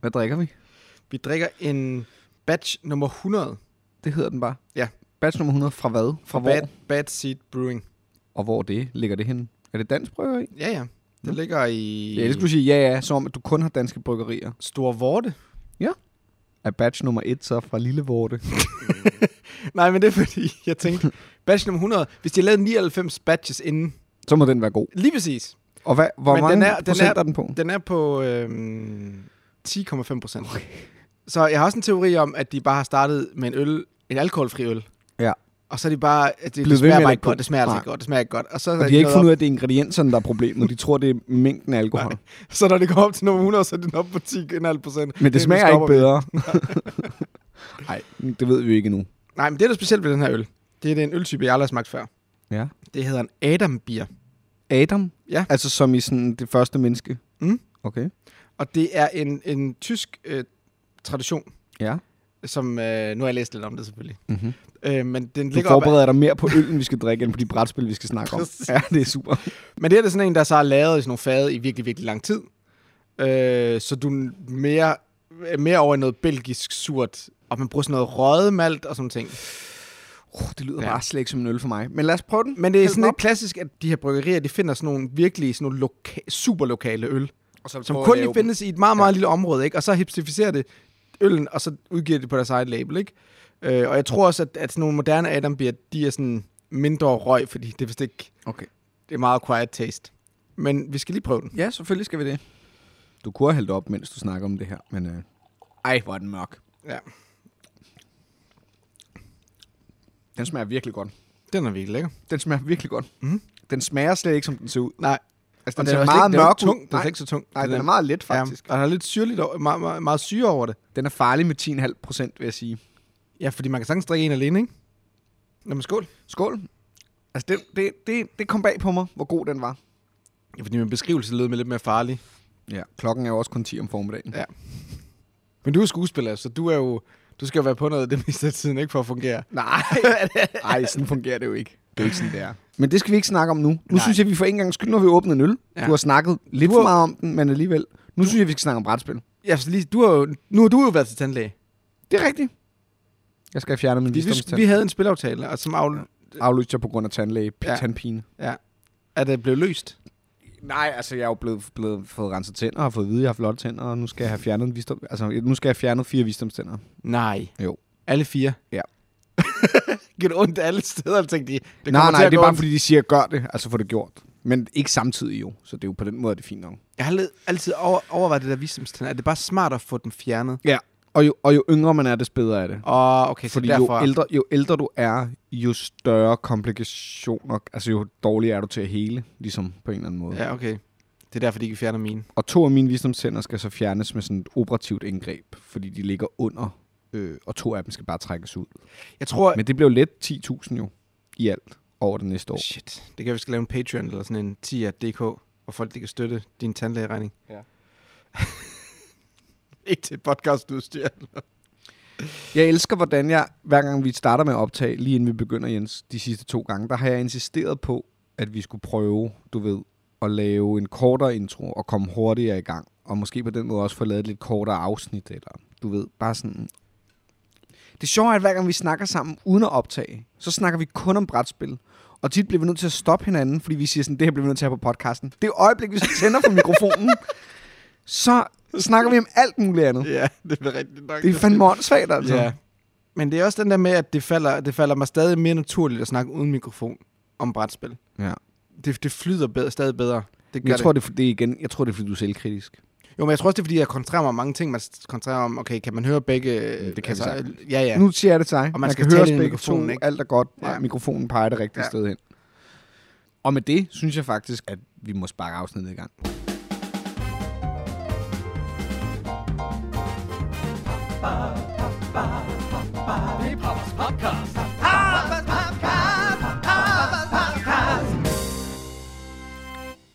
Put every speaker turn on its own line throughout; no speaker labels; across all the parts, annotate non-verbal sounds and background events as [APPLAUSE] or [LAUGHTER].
Hvad drikker vi?
Vi drikker en batch nummer 100
Det hedder den bare.
Ja.
Batch nummer 100 fra hvad? Fra,
fra
hvor?
Bad, Bad Seed Brewing.
Og hvor det? Ligger det henne? Er det dansk bryggeri?
Ja, ja. Det
Nå.
ligger i
Ja, det skulle du sige ja, ja. Som om, at du kun har danske bryggerier.
Store Vorte.
Er batch nummer 1 så fra Lillevorte?
Nej, men det er fordi, jeg tænkte,
[LAUGHS]
batch nummer 100, hvis de har lavet 99 batches inden,
Så må den være god.
lige præcis,
Og hvad, hvor
Men
mange
den er- den
procent
er-
er den på?
den er på øhm, 10,5 procent. Okay. Så jeg har også en teori om, at de bare har startet med en øl, en alkoholfri øl.
Ja.
Og så er de bare, at det,
Blevet ved
det
med at
smager bare
lægge
ikke
på.
godt, det smager altså
Nej.
ikke godt, det smager ikke godt. Og så, er
Og
der
de har ikke
noget
fundet ud af, at det er ingredienserne, der er problemet. De tror, det er mængden af alkohol.
op. [LAUGHS] så når det går op til nummer 100, så er den oppe på 10,5 procent.
Men det smager ikke
[LAUGHS]
bedre. Nej, det ved vi jo ikke endnu.
Nej, men det, der er specielt ved den her øl, det er, det er en øltype, jeg aldrig har smagt før.
Ja.
Det hedder en Adam-bier.
Adam?
Ja.
Altså som i sådan det første menneske?
Mm.
Okay.
Og det er en, en tysk øh, tradition,
Ja.
som... Øh, nu har jeg læst lidt om det selvfølgelig.
Mm-hmm.
Øh, men den
Du
ligger op ad,
forbereder dig mere på øllen, vi skal drikke, end på de brætspil, vi skal snakke om.
[LAUGHS] Præcis.
Ja, det er super.
Men det her det er sådan en, der så har lavet i sådan nogle fade i virkelig, virkelig lang tid. Øh, så du er mere, er mere over i noget belgisk surt, og man bruger sådan noget røget malt og sådan ting.
Oh, det lyder
Ja.
ja. bare slet ikke som en øl for mig. Men lad os prøve den.
Men det er
Hæld
sådan
den
lidt
op.
klassisk, at de her bryggerier, de finder sådan nogle virkelig sådan nogle loka- superlokale øl,
Og så
som
prøver
kun
at
lige
lave
findes i et meget, meget ja. lille område, ikke? Og så hipstificerer det øllen, og så udgiver det på deres eget label, ikke? Øh, og jeg tror også, at, at sådan nogle moderne Adambier, de er sådan mindre røg, fordi det er vist ikke,
dem. Okay.
det er meget quiet taste. Men vi skal lige prøve den.
Ja, selvfølgelig skal vi det. Du kunne have hældt op, mens du snakker om det her, men... Øh... Ej, hvor er den mørk.
Ja.
Den smager virkelig godt.
Den er virkelig lækker.
Den smager virkelig godt.
Mhm.
Den smager slet ikke, som den ser ud.
Nej,
Altså,
Og
den,
den er
ser
også
meget
ikke, den er
mørk
ikke tung.
ud.
Den er
Nej,
ikke så tung.
nej, den er meget let, faktisk.
Ja, og der er lidt syrligt over, meget, meget, meget syre over det.
Den er farlig med 10,5 procent, vil jeg sige.
Ja, fordi man kan sagtens drikke en alene, ikke? Nå, men skål.
Skål. Altså, det, det, det, det kom bag på mig, hvor god den var.
Ja, fordi min beskrivelse lød med lidt mere farlig.
Ja, klokken er jo også kun 10 om formiddagen.
Ja. Men du er skuespiller, så du er jo... Du skal jo være på noget det meste af tiden, ikke for at fungere.
[LAUGHS] Nej, Ej, sådan fungerer det jo ikke. Det er jo ikke sådan, det er. Men det skal vi ikke snakke om nu. Nu
Nej.
synes jeg, vi for en gang skyld, når vi åbnet en øl.
Ja.
Ja. Du har snakket lidt
Du
for
har-
meget om den, men alligevel. Nu synes jeg, vi skal snakke om brætspil.
Ja, så lige, du har jo, nu har du jo været til tandlæge.
Det er rigtigt. Jeg skal have fjernet min
Vi, vi,
visdomstand.
vi havde en spilaftale, og som af,
Aflyst jeg på grund af tandlæge,
Ja.
ja. tandpine.
at det blev løst.
Nej, altså jeg er jo blevet, blevet fået renset tænder, og har fået at vide, at jeg har flotte tænder, og nu skal jeg have fjernet, en visdom, altså, nu skal jeg have fjernet fire visdomstænder.
Nej.
Jo.
Alle fire?
Ja.
[LAUGHS] Gør det ondt alle steder, og tænkte de. Det
nej,
kommer til
nej,
at
det er
gå
bare
ondt.
fordi, de siger, gør det, altså få det gjort. Men ikke samtidig jo, så det er jo på den måde, er det fint nok.
Jeg har le- altid over, overvejet det der visdomstand. Er det bare smart at få dem fjernet?
Ja, og jo, og jo yngre man er, des bedre er det.
Og okay, så
Fordi
derfor...
jo ældre, jo ældre du er, jo større komplikationer, altså jo dårligere er du til at hele, ligesom på en eller anden måde. Ja.
Ja, okay. Det er derfor, de ikke fjerner mine.
Og to af mine visdomstænder skal så fjernes med sådan et operativt indgreb, fordi de ligger under, øh, og to af dem skal bare trækkes ud.
Jeg tror... Men...
Men det blev let 10.000 jo i alt over det næste år.
Shit. Det kan være, vi skal lave en Patreon eller sådan en 10.dk, hvor folk de kan støtte din tandlægeregning.
Ja.
[LAUGHS] ikke til podcastudstyr.
Jeg elsker, hvordan jeg, hver gang vi starter med at optage, lige inden vi begynder, Jens, de sidste to gange, der har jeg insisteret på, at vi skulle prøve, du ved, at lave en kortere intro og komme hurtigere i gang. Og måske på den måde også få lavet et lidt kortere afsnit, eller du ved, bare sådan... Det sjove er, at hver gang vi snakker sammen uden at optage, så snakker vi kun om brætspil. Og tit bliver vi nødt til at stoppe hinanden, fordi vi siger sådan, det her bliver vi nødt til at have på podcasten. Det øjeblik, vi så tænder for mikrofonen, så snakker vi om alt muligt andet.
[LAUGHS] ja, det er rigtigt nok.
Det er fandme åndssvagt, altså.
Ja. Men det er også den der med, at det falder, det falder mig stadig mere naturligt at snakke uden mikrofon om brætspil.
ja.
Det, det flyder bedre, stadig bedre. Det
Men
gør
jeg
det.
tror, det, er for- det er igen, jeg tror, det er, fordi du er selvkritisk.
Jo, men jeg tror også, det er, fordi jeg koncentrerer mig om mange ting. Man s- koncentrerer mig om, okay, kan man høre begge...
Mm,
altså,
det kan vi sagtens.
Ja, ja.
Ja. Nu siger jeg det til dig.
man
Og man, man
skal
kan
tale
høre os
ind i
begge
mikrofonen,
to.
ikke?
Ikke? Alt er godt.
Ja.
Ja. Mikrofonen peger det rigtige
Ja.
ja. sted hen. Og med det synes jeg faktisk, at vi må sparke afsnittet i gang.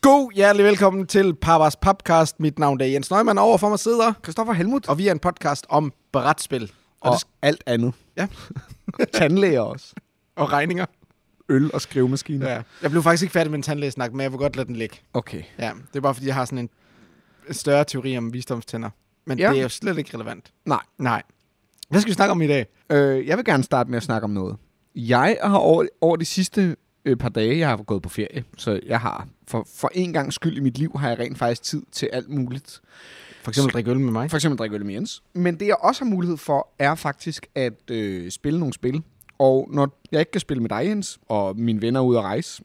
God hjertelig velkommen til Papas Podcast. Mit navn er Jens Nøgman, og overfor mig sidder,
Christoffer Helmut. Og,
og vi er en podcast om brætspil. Og,
og
og,
alt andet.
Ja.
[LAUGHS] Tandlæger også.
og regninger.
Øl og skrivemaskiner.
Ja. Jeg blev faktisk ikke færdig med en tandlægesnak, men jeg vil godt lade den ligge.
Okay.
Ja, det er bare, fordi jeg har sådan en større teori om visdomstænder. Men
Ja.
ja. det er jo slet ikke relevant.
Nej.
Nej. Hvad skal vi snakke om i dag?
Øh, jeg vil gerne starte med at snakke om noget. Jeg har over, over de sidste øh, par dage, jeg har gået på ferie, så jeg har for, for en gang skyld i mit liv, har jeg rent faktisk tid til alt muligt.
For eksempel drikke øl med mig.
For eksempel drikke øl med Jens. Men det, jeg også har mulighed for, er faktisk at øh, spille nogle spil. Og når jeg ikke kan spille med dig, Jens, og mine venner er ude at rejse,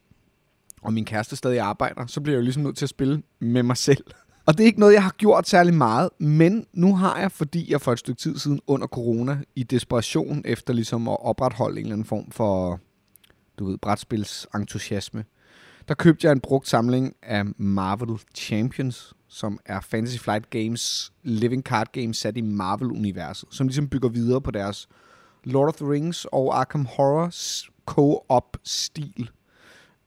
og min kæreste stadig arbejder, så bliver jeg jo ligesom nødt til at spille med mig selv. [LAUGHS] Og det er ikke noget, jeg har gjort særlig meget, men nu har jeg, fordi jeg for et stykke tid siden under corona, i desperation efter ligesom at opretholde en eller anden form for, du ved, brætspilsentusiasme, der købte jeg en brugt samling af Marvel Champions, som er Fantasy Flight Games living card game sat i Marvel-universet, som ligesom bygger videre på deres Lord of the Rings og Arkham Horror s- co-op-stil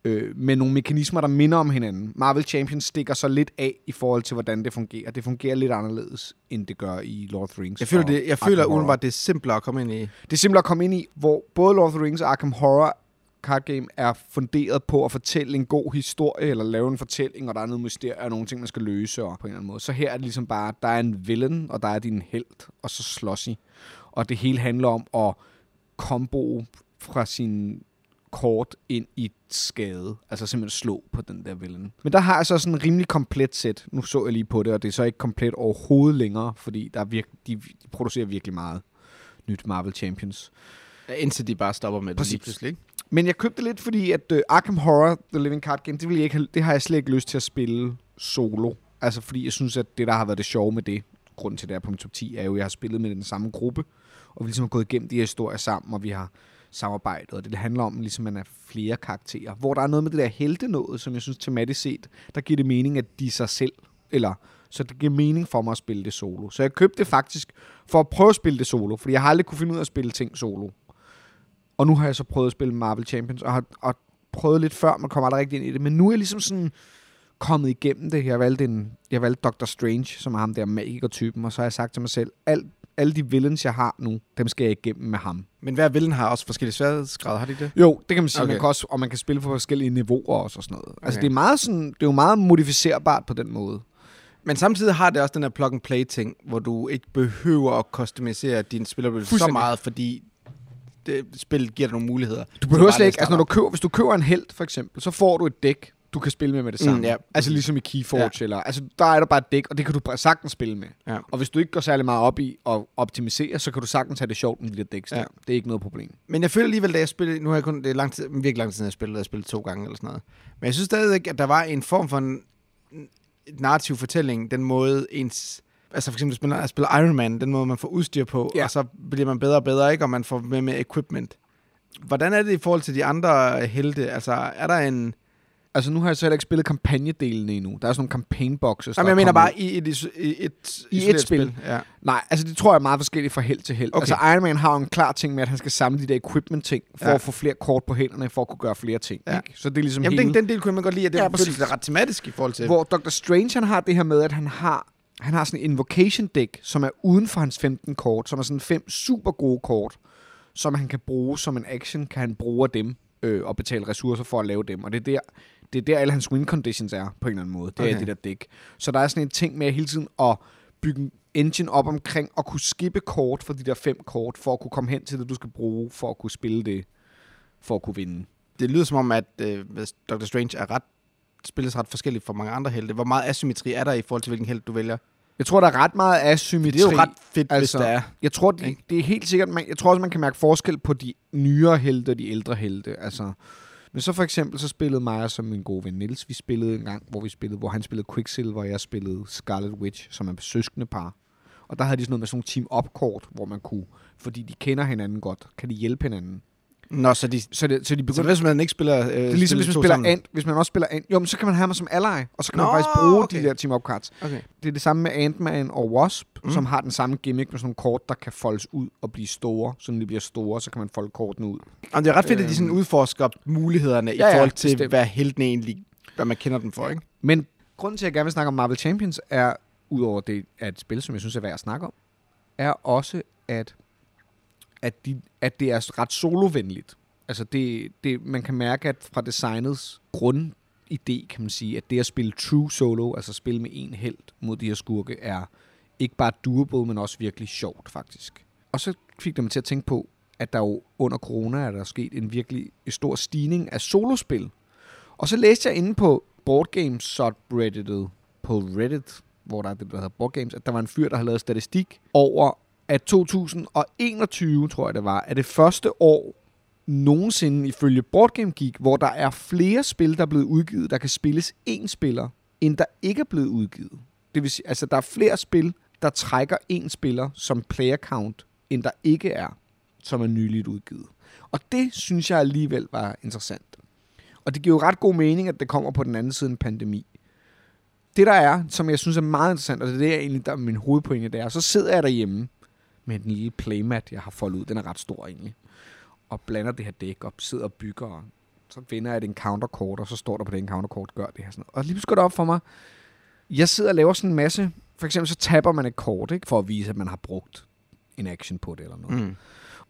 øh, med nogle mekanismer, der minder om hinanden. Marvel Champions stikker så lidt af i forhold til, hvordan det fungerer. Det fungerer lidt anderledes, end det gør i Lord of the Rings.
Jeg føler,
og
det, jeg
Arkham
føler
Horror.
udenbart, det er simplere at komme ind i.
Det er simpelthen at komme ind i, hvor både Lord of the Rings og Arkham Horror card game er funderet på at fortælle en god historie, eller lave en fortælling, og der er noget mysterie og nogle ting, man skal løse og på en eller anden måde. Så her er det ligesom bare, der er en villain, og der er din held, og så slås I. Og det hele handler om at combo fra sin kort ind i et skade. Altså simpelthen slå på den der villain. Men der har jeg så sådan en rimelig komplet sæt. Nu så jeg lige på det, og det er så ikke komplet overhovedet længere, fordi der er virke, de, de producerer virkelig meget nyt Marvel Champions.
Ja, Indtil de bare stopper med det
Præcis.
lige pludselig. ikke?
Men jeg købte lidt, fordi at uh, Arkham Horror, The Living Card Game, det, vil jeg ikke, have- det har jeg slet ikke lyst til at spille solo. Altså fordi jeg synes, at det, der har været det sjove med det, grund til det er på min top 10, er jo, at jeg har spillet med den samme gruppe, og vi ligesom har gået igennem de her historier sammen, og vi har samarbejdet, og det handler om, ligesom, at man er flere karakterer. Hvor der er noget med det der heltenåde, som jeg synes tematisk set, der giver det mening, at de er sig selv, eller så det giver mening for mig at spille det solo. Så jeg købte det faktisk for at prøve at spille det solo, fordi jeg har aldrig kunne finde ud af at spille ting solo. Og nu har jeg så prøvet at spille Marvel Champions, og har og prøvet lidt før, man kommer aldrig rigtig ind i det. Men nu er jeg ligesom sådan kommet igennem det. Jeg valgte, en, jeg valgte Doctor Strange, som er ham der magiker-typen, og så har jeg sagt til mig selv, alt, alle de villains, jeg har nu, dem skal jeg igennem med ham.
Men hver villain har også forskellige sværhedsgrader, har de det?
Jo, det kan man sige. Okay.
Okay.
Man kan også, og man kan spille på forskellige niveauer også og sådan noget. Altså,
Okay.
det er, meget sådan, det er jo meget modificerbart på den måde.
Men samtidig har det også den her plug-and-play-ting, hvor du ikke behøver at customisere din spilleroplevelse så
Fuldstændig.
meget, fordi det, spillet giver dig nogle muligheder.
Du behøver slet ikke, altså når du køber, hvis du køber en held for eksempel, så får du et dæk, du kan spille med med det
Mm,
samme.
ja.
Altså ligesom i Keyforge, ja. eller, altså der er der bare et dæk, og det kan du bare sagtens spille med.
Ja.
Og hvis du ikke går særlig meget op i at optimisere, så kan du sagtens have det sjovt med de der dæks ja.
Ja.
der. Det er ikke noget problem.
Men jeg føler alligevel, da jeg spillede, nu har jeg kun, det er lang tid, virkelig lang tid, siden jeg spillede, jeg spillede to gange eller sådan noget. Men jeg synes stadigvæk, at der var en form for en, en narrativ fortælling, den måde ens, altså for eksempel, hvis man spiller Iron Man, den måde, man får udstyr på,
Ja.
ja. og så bliver man bedre og bedre, ikke? Og man får med med equipment. Hvordan er det i forhold til de andre helte? Altså, er der en...
Altså nu har jeg så heller ikke spillet kampagnedelene endnu. Der er sådan nogle campaign boxes.
Jamen,
der
jeg
er
mener
kommet
bare i, i, et iso- i et,
I et
isoleret
spil.
Ja.
Nej, altså det tror jeg er meget forskelligt fra held til held. Okay.
Okay.
Altså Iron Man har jo en klar ting med, at han skal samle de der equipment-ting, for ja.
Ja.
at få flere kort på hænderne, for at kunne gøre flere ting. Ja.
Ja.
Ikke? Så det er ligesom
Jamen,
hele...
den, den del kunne man godt lide, at det
Ja,
ja, var
præcis.
følelse, der er ret tematisk i forhold til...
Hvor Dr. Strange, han har det her med, at han har, han har sådan en invocation deck, som er uden for hans 15 kort, som er sådan fem super gode kort, som han kan bruge som en action, kan han bruge af dem øh, og betale ressourcer for at lave dem. Og det er der, det er der alle hans win conditions er, på en eller anden måde. Det okay. er
Okay.
det der dæk. Så der er sådan en ting med hele tiden at bygge en engine op omkring og kunne skippe kort for de der fem kort, for at kunne komme hen til det, du skal bruge, for at kunne spille det, for at kunne vinde.
det lyder som om, at øh, hvis Dr. Strange er ret, spilles ret forskelligt fra mange andre helte. Hvor meget asymmetri er der i forhold til, hvilken held du vælger?
Jeg tror, der er ret meget asymmetri.
Det er jo ret fedt,
altså,
altså, hvis der er.
Jeg tror, det,
Ikke?
det er helt sikkert, man, jeg tror også, man kan mærke forskel på de nyere helte og de ældre helte. Altså, men så for eksempel, så spillede mig som min gode ven Nils, vi spillede en gang, hvor, vi spillede, hvor han spillede Quicksilver, og jeg spillede Scarlet Witch, som er søskende par. Og der havde de sådan noget med sådan nogle team-up-kort, hvor man kunne, fordi de kender hinanden godt, kan de hjælpe hinanden.
Nå, så de...
Så, det, så de
Så
begyndte...
hvis man ikke spiller... Øh,
Det er Altså, ligesom, hvis man spiller Ant, hvis man også spiller Ant. Jo, men så kan man have mig som ally, og så kan Nå, man
Nå,
faktisk bruge okay.
okay.
de der team-up cards.
Okay.
Det er det samme med Ant-Man og Wasp, mm. som har den samme gimmick med sådan nogle kort, der kan foldes ud og blive store. Så når de bliver store, så kan man folde kortene ud.
Jamen, det er ret fedt, at de sådan udforsker mulighederne Øhm. ja,
Ja,
i
ja,
forhold til,
bestemt.
hvad heltene egentlig... Hvad man kender dem for, ikke?
Men grunden til, at jeg gerne vil snakke om Marvel Champions, er, udover det er et spil, som jeg synes er værd at snakke om, er også, at, at, de, at det er ret solovenligt. Altså, det, det, man kan mærke, at fra designets grundidé, kan man sige, at det at spille true solo, altså spille med en held mod de her skurke, er ikke bare durable, men også virkelig sjovt, faktisk. Og så fik det mig til at tænke på, at der jo under corona er der sket en virkelig stor stigning af solospil. Og så læste jeg inde på boardgames subredditet på Reddit, hvor der er det, der hedder boardgames, at der var en fyr, der havde lavet statistik over, at 2021, tror jeg det var, er det første år nogensinde ifølge Boardgame Geek, hvor der er flere spil, der er blevet udgivet, der kan spilles én spiller, end der ikke er blevet udgivet. Det vil sige, altså der er flere spil, der trækker én spiller som player count, end der ikke er, som er nyligt udgivet. Og det synes jeg alligevel var interessant. Og det giver jo ret god mening, at det kommer på den anden side af en pandemi. Det der er, som jeg synes er meget interessant, og det er det, jeg egentlig, der er min hovedpointe, det er, så sidder jeg derhjemme med den lille playmat, jeg har foldet ud. Den er ret stor egentlig og blander det her dæk op, sidder og bygger, og så vender jeg et encounter-kort, og så står der på det encounter-kort, gør det her. Sådan noget. Og lige pludselig går det op for mig, jeg sidder og laver sådan en masse, for eksempel så tapper man et kort, ikke, for at vise, at man har brugt en action på det eller noget.
Mm.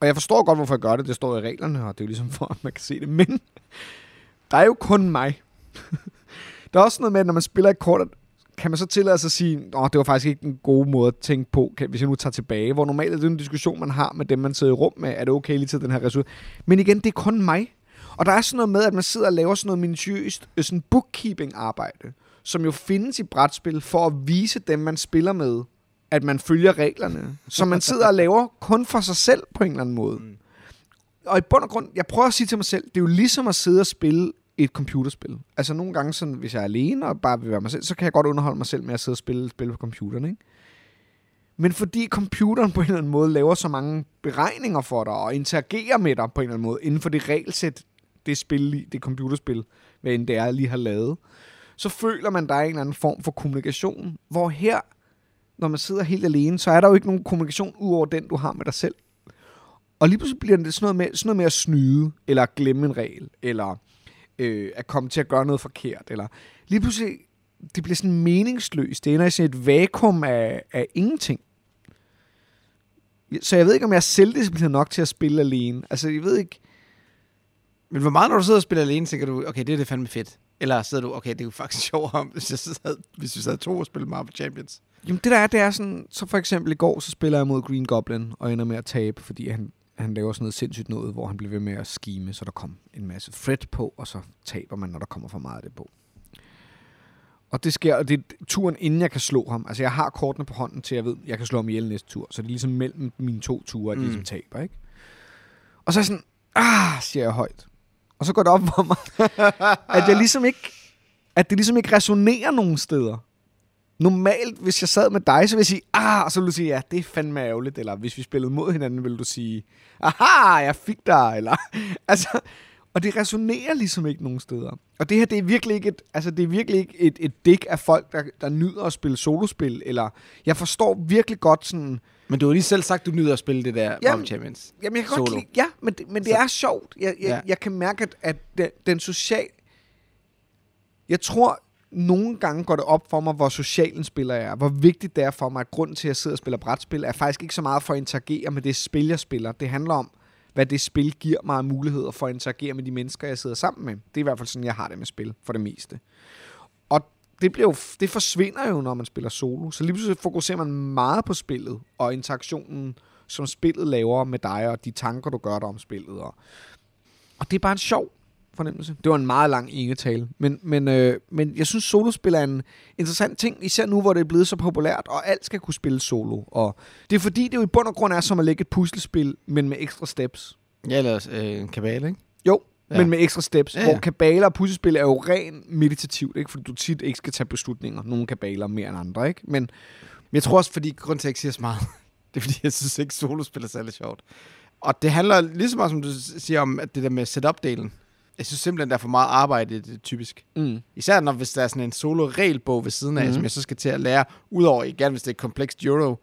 Og jeg forstår godt, hvorfor jeg gør det, det står i reglerne, og det er jo ligesom for, at man kan se det, men [LAUGHS] der er jo kun mig. [LAUGHS] der er også noget med, at når man spiller et kort, kan man så tillade sig at sige, at det var faktisk ikke den gode måde at tænke på, kan- hvis jeg nu tager tilbage, hvor normalt er det en diskussion, man har med dem, man sidder i rum med, er det okay lige til den her ressource? Men igen, det er kun mig. Og der er sådan noget med, at man sidder og laver sådan noget minutiøst øh, sådan bookkeeping-arbejde, som jo findes i brætspil for at vise dem, man spiller med, at man følger reglerne, som man sidder og laver kun for sig selv på en eller anden måde. Mm. Og i bund og grund, jeg prøver at sige til mig selv, det er jo ligesom at sidde og spille et computerspil. Altså nogle gange, sådan, hvis jeg er alene og bare vil være mig selv, så kan jeg godt underholde mig selv med at sidde og spille spil på computeren. Ikke? Men fordi computeren på en eller anden måde laver så mange beregninger for dig og interagerer med dig på en eller anden måde inden for det regelsæt, det spil, det computerspil, hvad end det er, lige har lavet, så føler man, der er en eller anden form for kommunikation. Hvor her, når man sidder helt alene, så er der jo ikke nogen kommunikation ud over den, du har med dig selv. Og lige pludselig bliver det sådan noget med, sådan noget med at snyde, eller at glemme en regel, eller øh, at komme til at gøre noget forkert, eller lige pludselig, det bliver sådan meningsløst. Det ender i sådan et vakuum af, af ingenting. Så jeg ved ikke, om jeg er selvdisciplineret nok til at spille alene. Altså, jeg ved ikke...
Men hvor meget, når du sidder og spiller alene, tænker du, okay, det er det fandme fedt. Eller sidder du, okay, det er jo faktisk [LAUGHS] sjovt, om, hvis, jeg sad, hvis vi sad to og spillede Marvel Champions.
Jamen det der er, det er sådan, så for eksempel i går, så spiller jeg mod Green Goblin og ender med at tabe, fordi han, han laver sådan noget sindssygt noget, hvor han bliver ved med at skime, så der kom en masse fret på, og så taber man, når der kommer for meget af det på. Og det sker, og det er turen, inden jeg kan slå ham. Altså jeg har kortene på hånden til, at jeg ved, jeg kan slå ham ihjel næste tur. Så det er ligesom mellem mine to ture, at jeg
Mm.
ligesom taber, ikke? Og så er jeg sådan, ah, siger jeg højt. Og så går det op for mig, [LAUGHS] at jeg ligesom ikke, at det ligesom ikke resonerer nogen steder. Normalt, hvis jeg sad med dig, så ville jeg sige, ah, og så ville du sige, ja, det er fandme ærgerligt, eller hvis vi spillede mod hinanden, ville du sige, aha, jeg fik dig, eller, [LAUGHS] altså, og det resonerer ligesom ikke nogen steder. Og det her, det er virkelig ikke et, altså, det er virkelig ikke et, et dæk af folk, der, der nyder at spille solospil, eller, jeg forstår virkelig godt sådan,
Men du har lige selv sagt, du nyder at spille det der Marvel Champions.
Jamen, jeg kan godt
Solo.
lide, ja, men det, men det
Så-
er sjovt. Jeg, jeg, ja.
Ja.
jeg kan mærke, at, at den, den social... Jeg tror, nogle gange går det op for mig, hvor social en spiller jeg er. Hvor vigtigt det er for mig, at grunden til, at jeg sidder og spiller brætspil, er faktisk ikke så meget for at interagere med det spil, jeg spiller. Det handler om, hvad det spil giver mig af muligheder for at interagere med de mennesker, jeg sidder sammen med. Det er i hvert fald sådan, jeg har det med spil, for det meste. Og det, bliver jo, det forsvinder jo, når man spiller solo. Så lige pludselig fokuserer man meget på spillet, og interaktionen, som spillet laver med dig, og de tanker, du gør dig om spillet. Og, og det er bare en sjov fornemmelse. Det var en meget lang ingetale. Men, men, øh, men jeg synes, solospil er en interessant ting, især nu, hvor det er blevet så populært, og alt skal kunne spille solo. Og det er fordi, det jo i bund og grund er som at lægge et puslespil, men med ekstra steps.
Ja, eller også øh, en kabale, ikke?
Jo, ja.
Ja.
men med ekstra steps. Ja,
Ja,
ja. Hvor
ja.
kabaler og puslespil er jo ren meditativt, ikke? fordi du tit ikke skal tage beslutninger. Nogle kabaler mere end andre, ikke? Men
Men jeg tror også, fordi grund til, at jeg ikke siger så meget, [LAUGHS] det er, fordi jeg synes ikke, solospil er særlig sjovt. Og det handler lige så meget, som du siger om at det der med setup-delen. Jeg synes simpelthen, der er for meget arbejde, det er typisk.
mm.
Især når, hvis der er sådan en solo-regelbog ved siden af,
Mhm.
mm-hmm. som jeg så skal til at lære, udover igen, hvis det er et komplekst euro,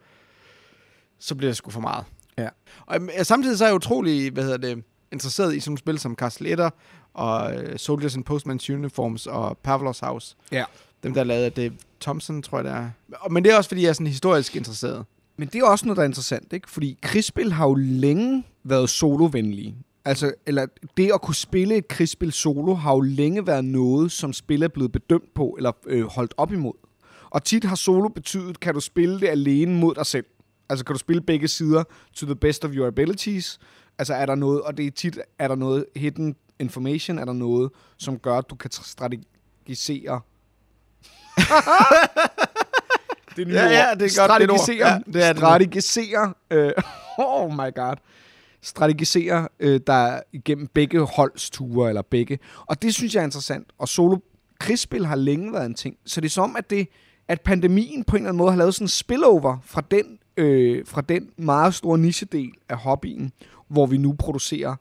så bliver det sgu for meget.
Ja.
Og øhm, samtidig så er jeg utrolig, hvad hedder det, interesseret i sådan nogle spil som Castle Etter, og øh, Soldiers and Postman's Uniforms, og Pavlov's House.
Ja.
Dem, der er lavet af Dave Thompson, tror jeg, det er. Og- Men det er også, fordi jeg er sådan historisk interesseret.
Men det er også noget, der er interessant, ikke? Fordi krigsspil har jo længe været solovenlige. Altså, eller det at kunne spille et krigsspil solo har jo længe været noget, som spil er blevet bedømt på, eller øh, holdt op imod. Og tit har solo betydet, kan du spille det alene mod dig selv. Altså kan du spille begge sider to the best of your abilities. Altså er der noget, og det er tit, er der noget hidden information, er der noget, som gør, at du kan tr- strategisere. det nye
Ja, ja,
ord.
det er godt, det er et ord.
strategisere,
Ja, det er det nu.
strategisere. Øh, [LAUGHS] oh my god. Strategisere øh, der igennem begge holds ture, eller begge. Og det synes jeg er interessant. Og solo krigsspil har længe været en ting. Så det er som, at det at pandemien på en eller anden måde har lavet sådan en spillover fra den, øh, fra den meget store nichedel af hobbyen, hvor vi nu producerer,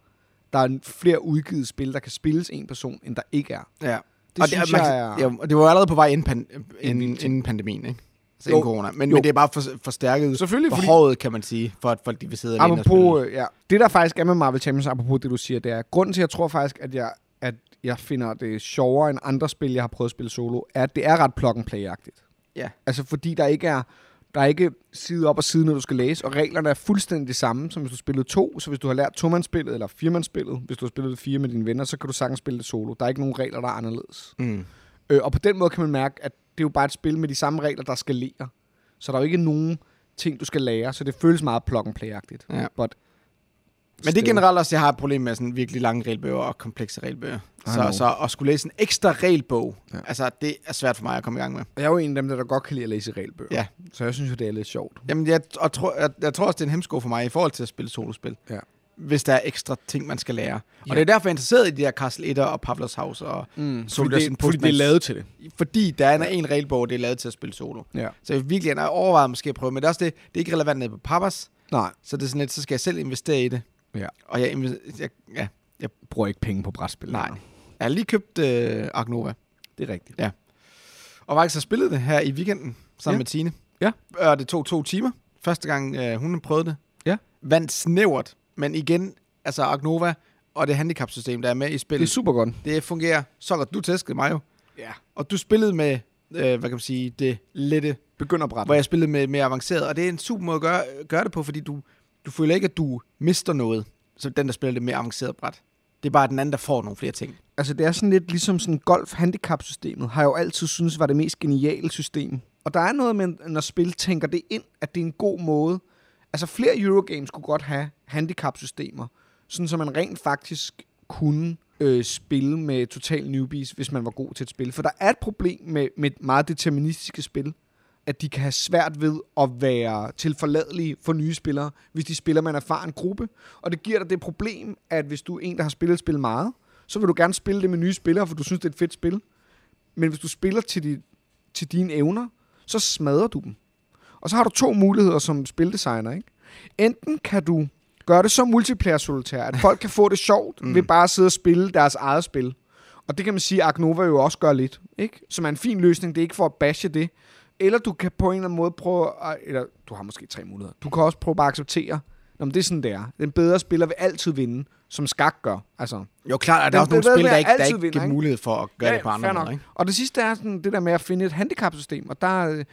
der er flere udgivet spil, der kan spilles en person, end der ikke er.
Ja.
Det synes
man,
jeg
kan-
er-
ja, og det var jo allerede på vej inden, pan,
vild
inden,
ting.
inden pandemien, ikke? Altså
Jo.
inden corona. Men,
Jo.
men det er bare for, forstærket
Selvfølgelig, fordi-
behovet, fordi... kan man sige, for at folk de vil sidde alene og
Apropos, øh, ja. Det der faktisk er med Marvel Champions, apropos det du siger, det er, grunden til, at jeg tror faktisk, at jeg, at jeg finder det sjovere end andre spil, jeg har prøvet at spille solo, er, at det er ret plug and play-agtigt.
spille. Ja.
Altså fordi der ikke er der er ikke side op og side, når du skal læse, og reglerne er fuldstændig de samme, som hvis du spillede to, så hvis du har lært tomandsspillet eller firmandsspillet, hvis du har spillet det fire med dine venner, så kan du sagtens spille det solo. Der er ikke nogen regler, der er anderledes.
Mm.
Øh, og på den måde kan man mærke, at det er jo bare et spil med de samme regler, der skal lære. Så der er jo ikke nogen ting, du skal lære, så det føles meget plug and play-agtigt.
Ja.
But
Men det er generelt også, jeg har et problem med sådan virkelig lange regelbøger og komplekse regelbøger.
know.
Så, så at skulle læse en ekstra regelbog,
Ja.
ja. altså det er svært for mig at komme i gang med.
Og jeg er jo en af dem, der, der godt kan lide at læse regelbøger.
Ja.
Så jeg synes jo, det er lidt sjovt.
Jamen, jeg, og tror, jeg, jeg tror også, det er en hemsko for mig i forhold til at spille solospil.
Ja.
Hvis der er ekstra ting, man skal lære. Ja.
Ja.
Og det er derfor, jeg er interesseret i de der Castle 1 og Pavlos House. Og,
Mm.
Soldiers
Fordi, det,
and
fordi det er
Postmans.
lavet til det.
fordi der er en, en regelbog, det er lavet til at spille solo.
Ja.
Så jeg virkelig har overvejet måske at prøve, men det er også det, det er ikke relevant nede på Pappas,
Nej,
så det er sådan lidt, så skal jeg selv investere i det.
Ja.
Og jeg, inves- jeg, ja,
jeg bruger ikke penge på brætspil.
nej. Jeg har lige købt øh, Ark Nova,
Det er rigtigt.
og var ikke så spillet det her i weekenden, sammen
Ja.
ja. med Tine.
Ja.
Og det tog to timer, første gang øh, hun prøvede det.
Ja.
Vandt snævert, men igen, altså Ark Nova og det handicapsystem, der er med i
Det er
spillet, det,
super godt.
det fungerer så godt. Du tæskede mig jo,
Ja.
og du spillede med, øh, hvad kan man sige, det lette
Begynder bræt.
hvor jeg spillede med mere avanceret, og det er en super måde at gøre, gøre det på, fordi du, du føler ikke, at du mister noget, så den, der spiller det mere avanceret bræt. Det er bare den anden, der får nogle flere ting.
Altså, det er sådan lidt ligesom sådan golf-handicap-systemet, har jeg jo altid synes var det mest geniale system. Og der er noget med, når spil tænker det ind, at det er en god måde. Altså, flere Eurogames kunne godt have handicap-systemer, sådan så man rent faktisk kunne øh, spille med total newbies, hvis man var god til et spil. For der er et problem med, med meget deterministiske spil, at de kan have svært ved at være tilforladelige for nye spillere, hvis de spiller med en erfaren gruppe. Og det giver dig det problem, at hvis du er en, der har spillet et spil meget, så vil du gerne spille det med nye spillere, for du synes, det er et fedt spil. Men hvis du spiller til, de, til dine evner, så smadrer du dem. Og så har du to muligheder som spildesigner. Ikke? Enten kan du gøre det som multiplayer-solitær, at folk kan få det sjovt mm. ved bare at sidde og spille deres eget spil. Og det kan man sige, at Agnova jo også gør lidt. Ikke? Som er en fin løsning, det er ikke for at bashe det. Eller du kan på en eller anden måde prøve, at, eller du har måske tre muligheder, du kan også prøve bare at acceptere, Nå, men det er sådan, det er. Den bedre spiller vil altid vinde, som skak gør. Altså,
Jo, klart, og
Den-
der er også nogle
den-
spil, der
den
ikke, der
altid
ikke
vinder,
giver
ikke?
mulighed for at gøre det på
fair
andre måder.
nok.
Ikke?
Og det sidste er sådan det der med at finde et handicapsystem, og der øh,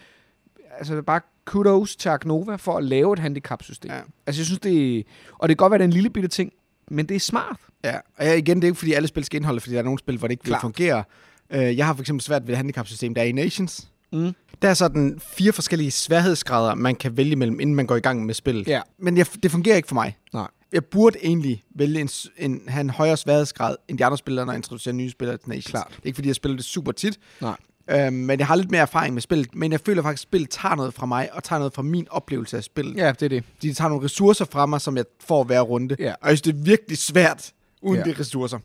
altså bare kudos til Agnova for at lave et handicapsystem. Ja.
Ja.
Altså jeg synes det er, og det kan godt være, det er en lille bitte ting, men det er smart.
Ja, og jeg, igen, det er ikke, fordi alle spil skal indeholde, fordi der er nogle spil, hvor det ikke vil
Klart.
fungere. Øh, Jeg har for eksempel svært ved et handicapsystem, der er i Nations.
Mm.
Der er sådan fire forskellige sværhedsgrader, man kan vælge mellem, inden man går i gang med spillet.
Ja.
Men jeg, det fungerer ikke for mig.
Nej.
jeg burde egentlig vælge en, s- en, have en højere sværhedsgrad end de andre spillere, når jeg introducerer nye spillere til Nations.
Klart.
Det er ikke, fordi jeg spiller det super tit,
Nej.
øhm, men jeg har lidt mere erfaring med spillet. Men jeg føler faktisk, at spillet tager noget fra mig, og tager noget fra min oplevelse af spillet.
Ja, det er det.
De tager nogle ressourcer fra mig, som jeg får hver runde.
Ja.
Og jeg synes, det er virkelig svært uden
Ja.
de ressourcer.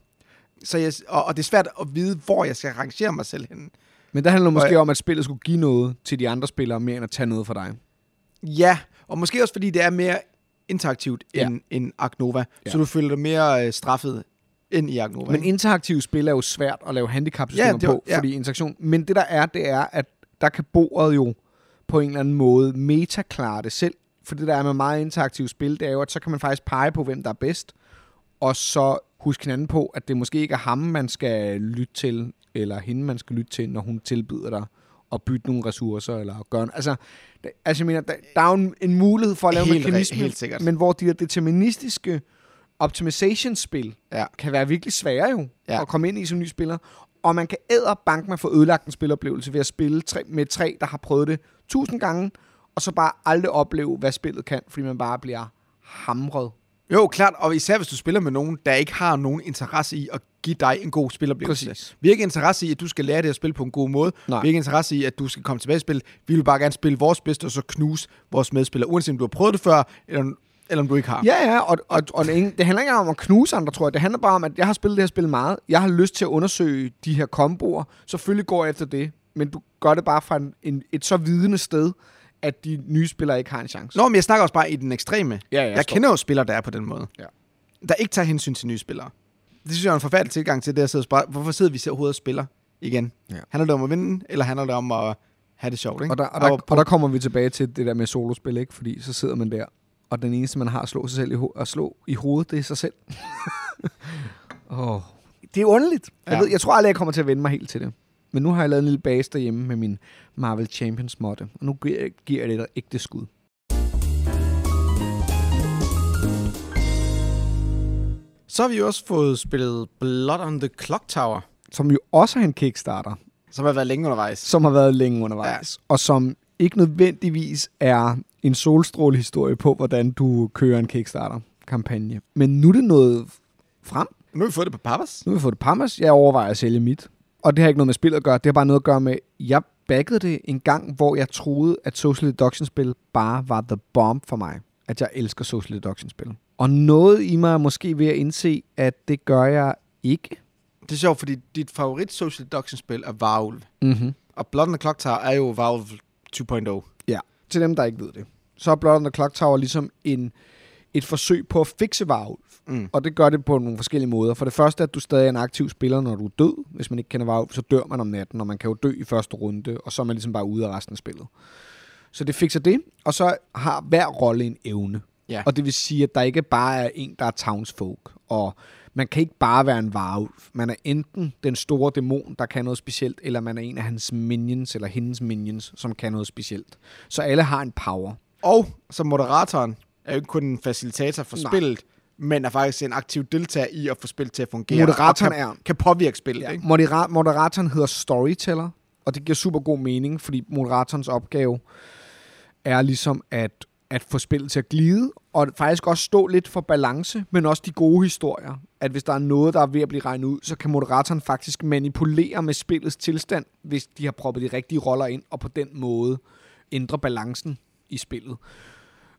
Så jeg, s- og, og det er svært at vide, hvor jeg skal rangere mig selv henne.
Men der handler det måske
Og jeg-
om, at spillet skulle give noget til de andre spillere, mere end at tage noget fra dig.
Ja, og måske også fordi det er mere interaktivt
Ja.
end, end Agnova.
Ja.
Så du føler dig mere øh, straffet end i Agnova.
Men interaktive spil er jo svært at lave handicapsystemer
Ja, det var-
på,
ja.
fordi interaktion... Men det der er, det er, at der kan bordet jo på en eller anden måde metaklare det selv. For det der er med meget interaktive spil, det er jo, at så kan man faktisk pege på, hvem der er bedst, og så huske hinanden på, at det måske ikke er ham, man skal lytte til, eller hende, man skal lytte til, når hun tilbyder dig at bytte nogle ressourcer, eller gøre... Altså, der- altså jeg mener, der, der er jo en, en mulighed for at lave en
Helt re-
mekanisme,
helt sikkert.
men hvor de der deterministiske optimization-spil
Ja.
kan være virkelig svære jo
Ja.
at komme ind i som ny spiller. og man kan æder bank med for ødelagt en spiloplevelse ved at spille tre, med tre, der har prøvet det tusind gange, og så bare aldrig opleve, hvad spillet kan, fordi man bare bliver hamret.
Jo, klart. Og især hvis du spiller med nogen, der ikke har nogen interesse i at give dig en god spiloplevelse.
Præcis.
Vi har ikke interesse i, at du skal lære det at spille på en god måde.
Nej.
Vi har ikke interesse i, at du skal komme tilbage i spil. Vi vil bare gerne spille vores bedste, og så knuse vores medspillere, uanset om du har prøvet det før, eller, eller om du ikke har.
Ja, ja, og, og, og det, ingen- det handler ikke engang om at knuse andre, tror jeg. Det handler bare om, at jeg har spillet det her spil meget. Jeg har lyst til at undersøge de her komboer. Selvfølgelig går jeg efter det, men du gør det bare fra en, en, et så vidende sted, at de nye spillere ikke har en chance.
Nå, men jeg snakker også bare i den ekstreme.
Ja, ja,
jeg
forstår.
kender jo spillere, der er på den måde.
Ja.
Der ikke tager hensyn til nye spillere. Det synes jeg er en forfærdelig tilgang til det, at sidde og spørge, hvorfor sidder vi så overhovedet og spiller igen?
Ja.
Handler det om at vinde, eller handler det om at have det sjovt? Ikke?
Og der, og, der,
og,
og der kommer vi tilbage til det der med solospil, ikke? Fordi så sidder man der, og den eneste, man har at slå, sig selv i, ho- at slå i hovedet, det er [LAUGHS] sig selv. oh. Det er underligt. Jeg,
Ja.
ved, jeg tror aldrig, jeg kommer til at vende mig helt til det. Men nu har jeg lavet en lille base derhjemme med min Marvel Champions måtte, og nu giver, giver jeg det et ægte skud.
Så har vi jo også fået spillet Blood on the Clock Tower,
Som jo også er en Kickstarter,
som har været længe undervejs.
som har været længe undervejs, ja. og som ikke nødvendigvis er en solstrålehistorie på, hvordan du kører en Kickstarter-kampagne. Men nu er det noget frem.
Nu har vi fået det på Papas.
Nu har vi fået det Pampers. Jeg overvejer at sælge mit. Og det har ikke noget med spil at gøre. Det har bare noget at gøre med, jeg baggede det en gang, hvor jeg troede, at social deduction-spil bare var the bomb for mig. At jeg elsker social deduction-spil. Og noget i mig er måske ved at indse, at det gør jeg ikke.
Det er sjovt, fordi dit favorit social deduction spil er Valve.
Mm-hmm.
Og Blood on the Clock Tower er jo Valve oh. 2.0.
Ja. Til dem, der ikke ved det. Så er Blood on the Clock Tower ligesom en, et forsøg på at fikse varulv.
Mm.
Og det gør det på nogle forskellige måder. For det første, at du stadig er en aktiv spiller, når du er død. Hvis man ikke kender varulv, så dør man om natten, og man kan jo dø i første runde, og så er man ligesom bare ude af resten af spillet. Så det fikser det, og så har hver rolle en evne.
Ja.
Og det vil sige, at der ikke bare er en, der er townsfolk, og man kan ikke bare være en varulv. Man er enten den store dæmon, der kan noget specielt, eller man er en af hans minions, eller hendes minions, som kan noget specielt. Så alle har en power.
Og som moderatoren er jo ikke kun en facilitator for
Nej.
Nej. spillet, men er faktisk en aktiv deltager i at få spillet til at fungere.
Moderatoren
og kan,
er-
kan påvirke spillet, ja.
Ja.
ikke?
Modera- moderatoren hedder storyteller, og det giver super god mening, fordi moderatorens opgave er ligesom at, at få spillet til at glide, og faktisk også stå lidt for balance, men også de gode historier. At hvis der er noget, der er ved at blive regnet ud, så kan moderatoren faktisk manipulere med spillets tilstand, hvis de har proppet de rigtige roller ind, og på den måde ændre balancen i spillet.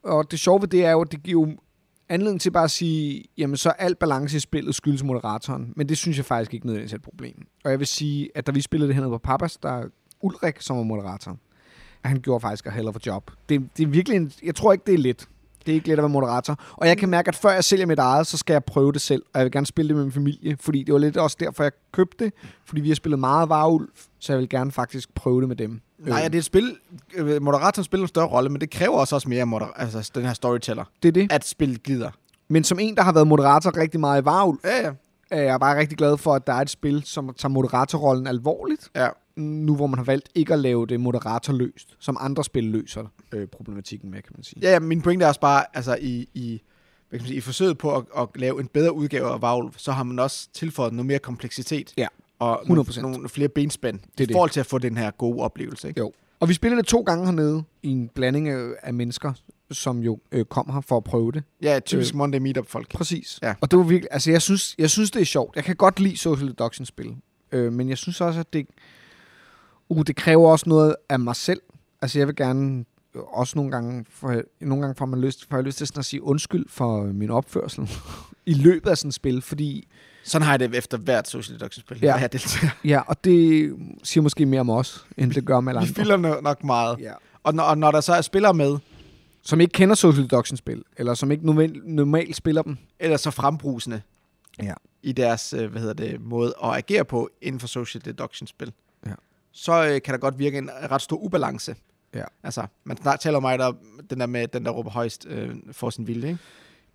Og det sjove ved det er jo, at det giver jo anledning til bare at sige, jamen så al balance i spillet skyldes moderatoren, men det synes jeg faktisk ikke nødvendigvis er et problem. Og jeg vil sige, at da vi spillede det hernede på Papas, der er Ulrik, som var moderator, han gjorde faktisk a hell of a job. Det, det er virkelig en, jeg tror ikke, det er let. Det er ikke let at være moderator. Og jeg kan mærke, at før jeg sælger mit eget, så skal jeg prøve det selv. Og jeg vil gerne spille det med min familie, fordi det var lidt også derfor, jeg købte det. Fordi vi har spillet meget varulv, så jeg vil gerne faktisk prøve det med dem.
Nej, og det er et spil, øh, moderatoren spiller en større rolle, men det kræver også, også mere af moder- altså, den her storyteller,
det er det.
at spillet glider.
Men som en, der har været moderator rigtig meget i varulv,
Ja, ja.
er Øh, jeg bare rigtig glad for, at der er et spil, som tager moderatorrollen alvorligt,
ja.
nu hvor man har valgt ikke at lave det moderatorløst, som andre spil løser øh, problematikken med, kan man sige.
Ja, ja, min pointe er også bare, altså i, i, hvad kan man sige, i forsøget på at, at lave en bedre udgave af Vagl, så har man også tilføjet noget mere kompleksitet.
Ja,
Og
100%.
Nogle, nogle flere benspænd
Det er
i
det.
forhold til at få den her gode oplevelse. Ikke?
Jo. Og vi spillede det to gange hernede, i en blanding af af mennesker, som jo øh, kom her for at prøve det.
Ja, typisk øh. Monday Meetup folk.
Præcis.
Ja.
Og det var virkelig, altså jeg synes, jeg synes, det er sjovt. Jeg kan godt lide social deduction spil. Øh, men jeg synes også, at det, uh, det kræver også noget af mig selv. Altså jeg vil gerne øh, også nogle gange, for, nogle gange får, man lyst, får jeg lyst til sådan at sige undskyld for øh, min opførsel [LAUGHS] i løbet af sådan et spil, fordi,
Sådan har jeg det efter hvert social deduction spil.
Ja.
Ja. Jeg deltager. [LAUGHS]
ja, og det siger måske mere om os, end det gør om alle
Vi
andre.
fylder no- nok meget. Ja.
Ja.
Og, når, og når der så er spillere med,
Som ikke kender social deduction spil, eller som ikke normal- normalt spiller dem.
eller så frembrusende
Ja.
i deres øh, hvad hedder det, måde at agere på inden for social deduction spil,
Ja.
så øh, kan der godt virke en ret stor ubalance.
Ja.
Altså, man snart taler om mig, der, den der med, den der råber højst, øh, får sin vilje, ikke?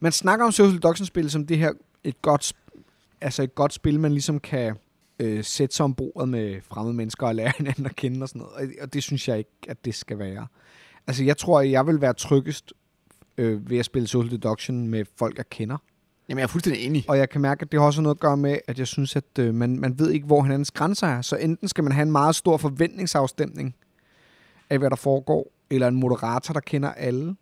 Man snakker om social deduction-spil som det her et godt, sp- altså et godt spil, man ligesom kan øh, sætte sig om bordet med fremmede mennesker og lære [LAUGHS] hinanden at kende og sådan noget. Og- Og det synes jeg ikke, at det skal være. Altså jeg tror, at jeg vil være tryggest øh, ved at spille social deduction med folk, jeg kender.
Jamen, jeg er fuldstændig enig.
Og jeg kan mærke, at det har også noget at gøre med, at jeg synes, at øh, man, man ved ikke, hvor hinandens grænser er. Så enten skal man have en meget stor forventningsafstemning af, hvad der foregår, eller en moderator, der kender alle.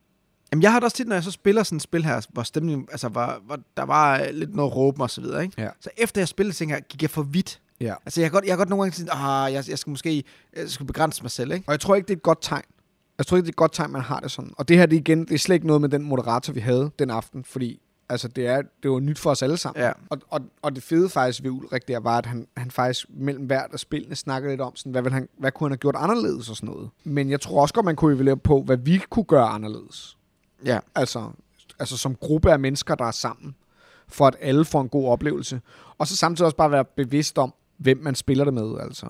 Jamen, jeg har det også tit, når jeg så spiller sådan et spil her, hvor stemningen, altså, hvor, hvor der var øh, lidt noget råben og så videre, ikke?
Ja.
Så efter jeg spillede, tænker jeg, gik jeg for vidt.
Ja.
Altså, jeg har godt, jeg har godt nogle gange tænkt, ah, jeg, jeg skal måske jeg skal begrænse mig selv, ikke?
Og jeg tror ikke, det er et godt tegn. Jeg tror ikke, det er et godt tegn, man har det sådan. Og det her, det er igen, det er slet ikke noget med den moderator, vi havde den aften, fordi altså, det, er, det var nyt for os alle sammen.
Ja.
Og, og, og det fede faktisk ved Ulrik der var, at han, han faktisk mellem hvert af spillene snakkede lidt om, sådan, hvad, ville han, hvad kunne han have gjort anderledes og sådan noget. Men jeg tror også godt, man kunne evaluere på, hvad vi kunne gøre anderledes.
Ja.
Altså, altså som gruppe af mennesker, der er sammen, for at alle får en god oplevelse. Og så samtidig også bare være bevidst om, hvem man spiller det med. Altså.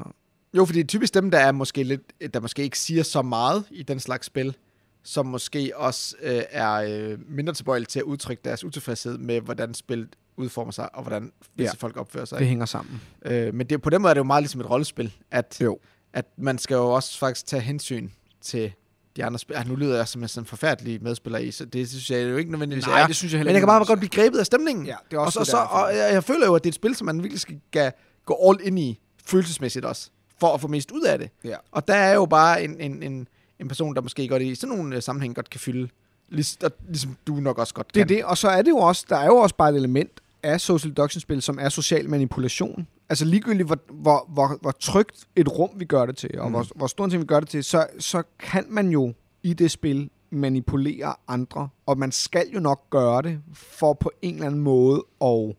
Jo, fordi typisk dem, der er måske lidt, der måske ikke siger så meget i den slags spil, som måske også øh, er øh, mindre tilbøjelige til at udtrykke deres utilfredshed med, hvordan spillet udformer sig, og hvordan visse
Ja.
folk opfører sig.
Det hænger sammen.
Øh, men det, på den måde er det jo meget ligesom et rollespil, at,
Jo.
at man skal jo også faktisk tage hensyn til de andre spil. Ah, nu lyder jeg som en sådan forfærdelig medspiller i, så det synes jeg jo ikke nødvendigvis er.
synes jeg
men jeg kan bare godt blive grebet af stemningen.
Ja, det er også
og,
det,
så,
der
så,
er for
og
mig.
jeg, jeg føler jo, at det er et spil, som man virkelig skal ga- gå all in i, følelsesmæssigt også, for at få mest ud af det.
Ja.
Og der er jo bare en, en, en, en person, der måske godt i sådan nogle øh, sammenhæng godt kan fylde, lis- og ligesom du nok også godt
Det er
kan.
det, og så er det jo også, der er jo også bare et element af social deduction-spil, som er social manipulation. Altså ligegyldigt, hvor, hvor, hvor, hvor trygt et rum vi gør det til, og mm. hvor, hvor stor en ting vi gør det til, så, så kan man jo i det spil manipulere andre, og man skal jo nok gøre det for på en eller anden måde at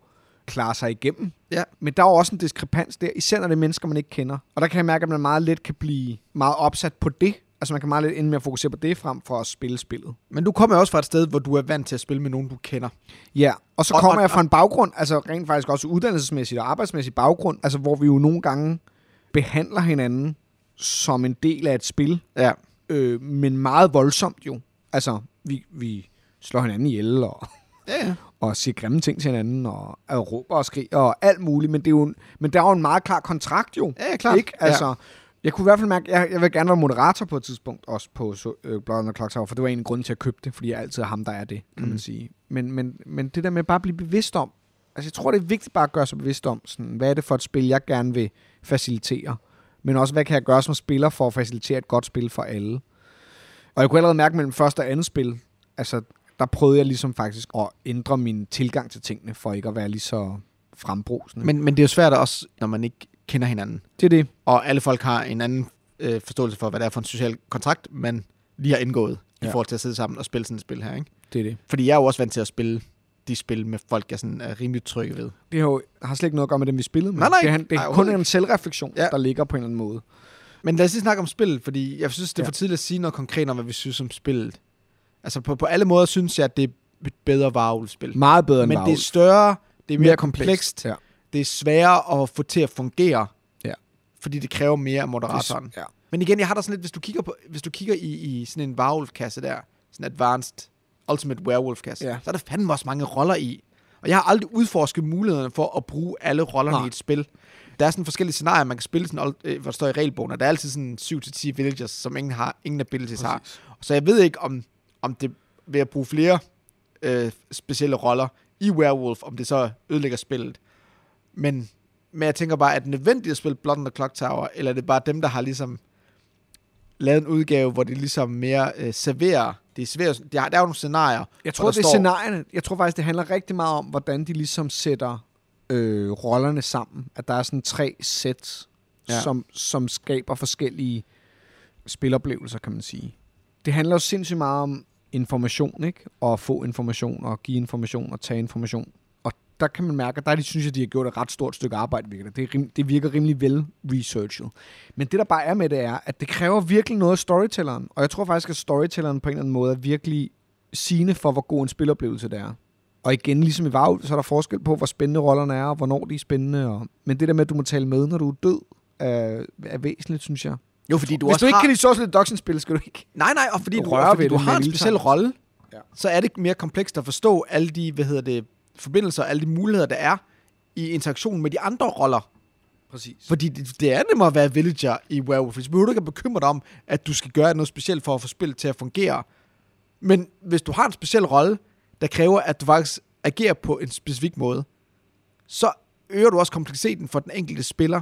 klare sig igennem.
Ja.
Men der er jo også en diskrepans der, især når det er mennesker, man ikke kender. Og der kan jeg mærke, at man meget let kan blive meget opsat på det. Altså man kan meget let ende med at fokusere på det, frem for at spille spillet.
Men du kommer jo også fra et sted, hvor du er vant til at spille med nogen, du kender.
Ja, og så
Og-
kommer
og-
jeg fra en baggrund, altså rent faktisk også uddannelsesmæssigt og arbejdsmæssig baggrund, altså hvor vi jo nogle gange behandler hinanden som en del af et spil,
Ja.
øh, men meget voldsomt jo. Altså, vi, vi slår hinanden ihjel og,
Ja, ja.
og siger grimme ting til hinanden og, og råber og skriger og alt muligt, men, det er jo en, men der er jo en meget klar kontrakt jo.
Ja, ja, klart.
Ikke? Altså, ja. Jeg kunne i hvert fald mærke, jeg, jeg vil gerne være moderator på et tidspunkt, også på so- øh, Blood on the Clock Tower, for det var en grund til at købe det, fordi jeg altid er ham, der er det, kan mm. man sige. Men, men, men det der med bare at blive bevidst om, altså jeg tror, det er vigtigt bare at gøre sig bevidst om, sådan, hvad er det for et spil, jeg gerne vil facilitere, men også hvad kan jeg gøre som spiller for at facilitere et godt spil for alle. Og jeg kunne allerede mærke mellem første og andet spil, altså der prøvede jeg ligesom faktisk at ændre min tilgang til tingene, for ikke at være lige så frembrusende.
Men, men det er jo svært også, når man ikke kender hinanden.
det er det.
Og alle folk har en anden øh, forståelse for, hvad det er for en social kontrakt, man lige har indgået ja.
Ja.
i forhold til at sidde sammen og spille sådan et spil her. Ikke?
Det er det.
Fordi jeg er jo også vant til at spille de spil med folk, jeg sådan er rimelig trygge ved.
Det har, jo, har slet ikke noget at gøre med dem, vi spillede med.
Nej, nej.
Det er, han- det er
Nej,
kun
overhovedet
en selvreflektion, ja.
Ja.
der ligger på en eller anden måde.
Men lad os lige snakke om spillet, fordi jeg synes, det er
Ja.
for tidligt at sige noget konkret om, hvad vi synes om spillet. Altså på, på alle måder synes jeg, at det er et bedre varulvspil.
Meget bedre end
Men det er
Marvel.
større, det er mere, mere komplekst,
Ja.
det er sværere at få til at fungere,
Ja.
fordi det kræver mere af
Det
moderatoren.
er, ja.
Men igen, jeg har da sådan lidt, hvis du kigger, på, hvis du kigger i, i sådan en varulvkasse der, sådan Advanced Ultimate Werewolf-kasse,
Ja.
ja. så er der fandme også mange roller i. Og jeg har aldrig udforsket mulighederne for at bruge alle rollerne
Nej.
Nej. i et spil. Der er sådan forskellige scenarier, man kan spille, sådan, old- øh, hvor der står i regelbogen, og der er altid sådan 7-10 villagers, som ingen, har, ingen abilities har. Så jeg ved ikke, om, om det ved at bruge flere øh, specielle roller i Werewolf, om det så ødelægger spillet. Men, men jeg tænker bare, er det nødvendigt at spille Blood on the Clock Tower, eller er det bare dem, der har ligesom lavet en udgave, hvor det ligesom mere øh, serverer, det er svært, der, der er jo nogle scenarier,
Jeg
hvor
tror,
der
det er
står-
scenarierne. Jeg tror faktisk, det handler rigtig meget om, hvordan de ligesom sætter øh, rollerne sammen. At der er sådan tre sæt, ja.
Ja.
som, som skaber forskellige spiloplevelser, kan man sige. Det handler jo sindssygt meget om information, ikke? Og at få information, og give information, og tage information. Og der kan man mærke, at der de, synes jeg, de har gjort et ret stort stykke arbejde, virker det. Det, er rim- det virker rimelig vel researchet. Men det, der bare er med det, er, at det kræver virkelig noget af storytelleren. Og jeg tror faktisk, at storytelleren på en eller anden måde er virkelig sigende for, hvor god en spiloplevelse det er. Og igen, ligesom i Varulv, så er der forskel på, hvor spændende rollerne er, og hvornår de er spændende. Og... Men det der med, at du må tale med, når du er død, er, er væsentligt, synes jeg.
Jo, fordi du
Hvis
også
du ikke
har...
kan lide social deduction-spil, skal du ikke.
Nej, nej, og fordi
Du
du,
rører
og fordi
ved
du
det
har en
med
speciel
ildtanken.
rolle,
Ja.
ja. så er det mere komplekst at forstå alle de, hvad hedder det, forbindelser, alle de muligheder, der er i interaktion med de andre roller.
Præcis.
Fordi det, det er nemmere at være villager i Werewolf. Så behøver du ikke at bekymre dig om, at du skal gøre noget specielt for at få spillet til at fungere. Men hvis du har en speciel rolle, der kræver, at du faktisk agerer på en specifik måde, så øger du også kompleksiteten for den enkelte spiller.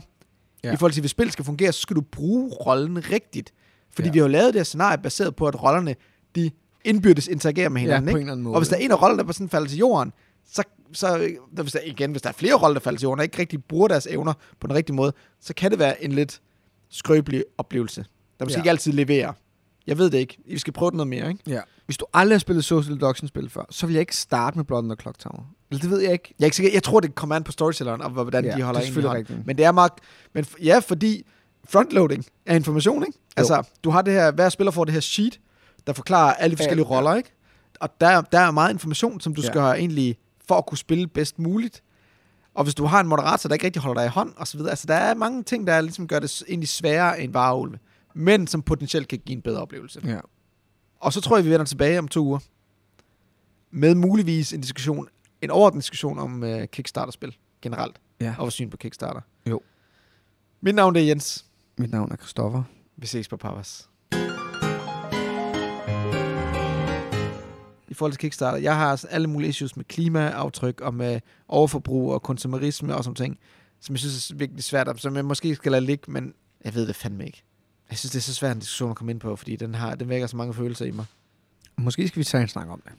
Ja.
Ja. I forhold til, hvis spillet skal fungere, så skal du bruge rollen rigtigt. Fordi
Ja.
ja. vi har jo lavet det her scenarie baseret på, at rollerne de indbyrdes interagerer med hinanden.
ja, på en
ikke?
eller anden måde.
Og hvis der er en af rollerne, der bare sådan falder til jorden, så, så der, hvis der, igen, hvis der er flere roller, der falder til jorden, og ikke rigtig bruger deres evner på den rigtige måde, så kan det være en lidt skrøbelig oplevelse. Der måske
Ja.
ja. ikke altid leverer. Jeg ved det ikke. Vi skal prøve det noget mere, ikke?
Ja. Hvis du aldrig har spillet Social Deduction-spil før, så vil jeg ikke starte med Blood and the Clock Tower. Eller det ved jeg ikke.
Jeg, er ikke sikker, jeg tror, det kommer an på storytelleren, og hvordan
Ja,
de holder
det er
en i
selvfølgelig
hånden.
rigtigt.
Men det er meget... Men f- ja, fordi frontloading er information, ikke? Altså, du har det her... Hver spiller får det her sheet, der forklarer alle de forskellige
ja.
roller, ikke? Og der, der er meget information, som du
Ja.
ja. skal have egentlig... For at kunne spille bedst muligt. Og hvis du har en moderator, der ikke rigtig holder dig i hånd, og så videre. Altså, der er mange ting, der ligesom gør det s- egentlig sværere end varulve. Men som potentielt kan give en bedre oplevelse.
Ja.
Og så tror jeg, vi vender tilbage om to uger. Med muligvis en diskussion, en overordnet diskussion om øh, Kickstarter-spil generelt.
Ja.
Og vores syn på Kickstarter.
Jo.
Mit navn det er Jens.
Mit navn er Christoffer.
Vi ses på Papas. I forhold til Kickstarter, jeg har sådan alle mulige issues med klimaaftryk og med overforbrug og konsumerisme og sådan ting, som jeg synes er virkelig svært, og som jeg måske skal lade ligge, men jeg ved det fandme ikke. Jeg synes, det er så svært en diskussion at komme ind på, fordi den, har, den vækker så mange følelser i mig.
Måske skal vi tage en snak om det.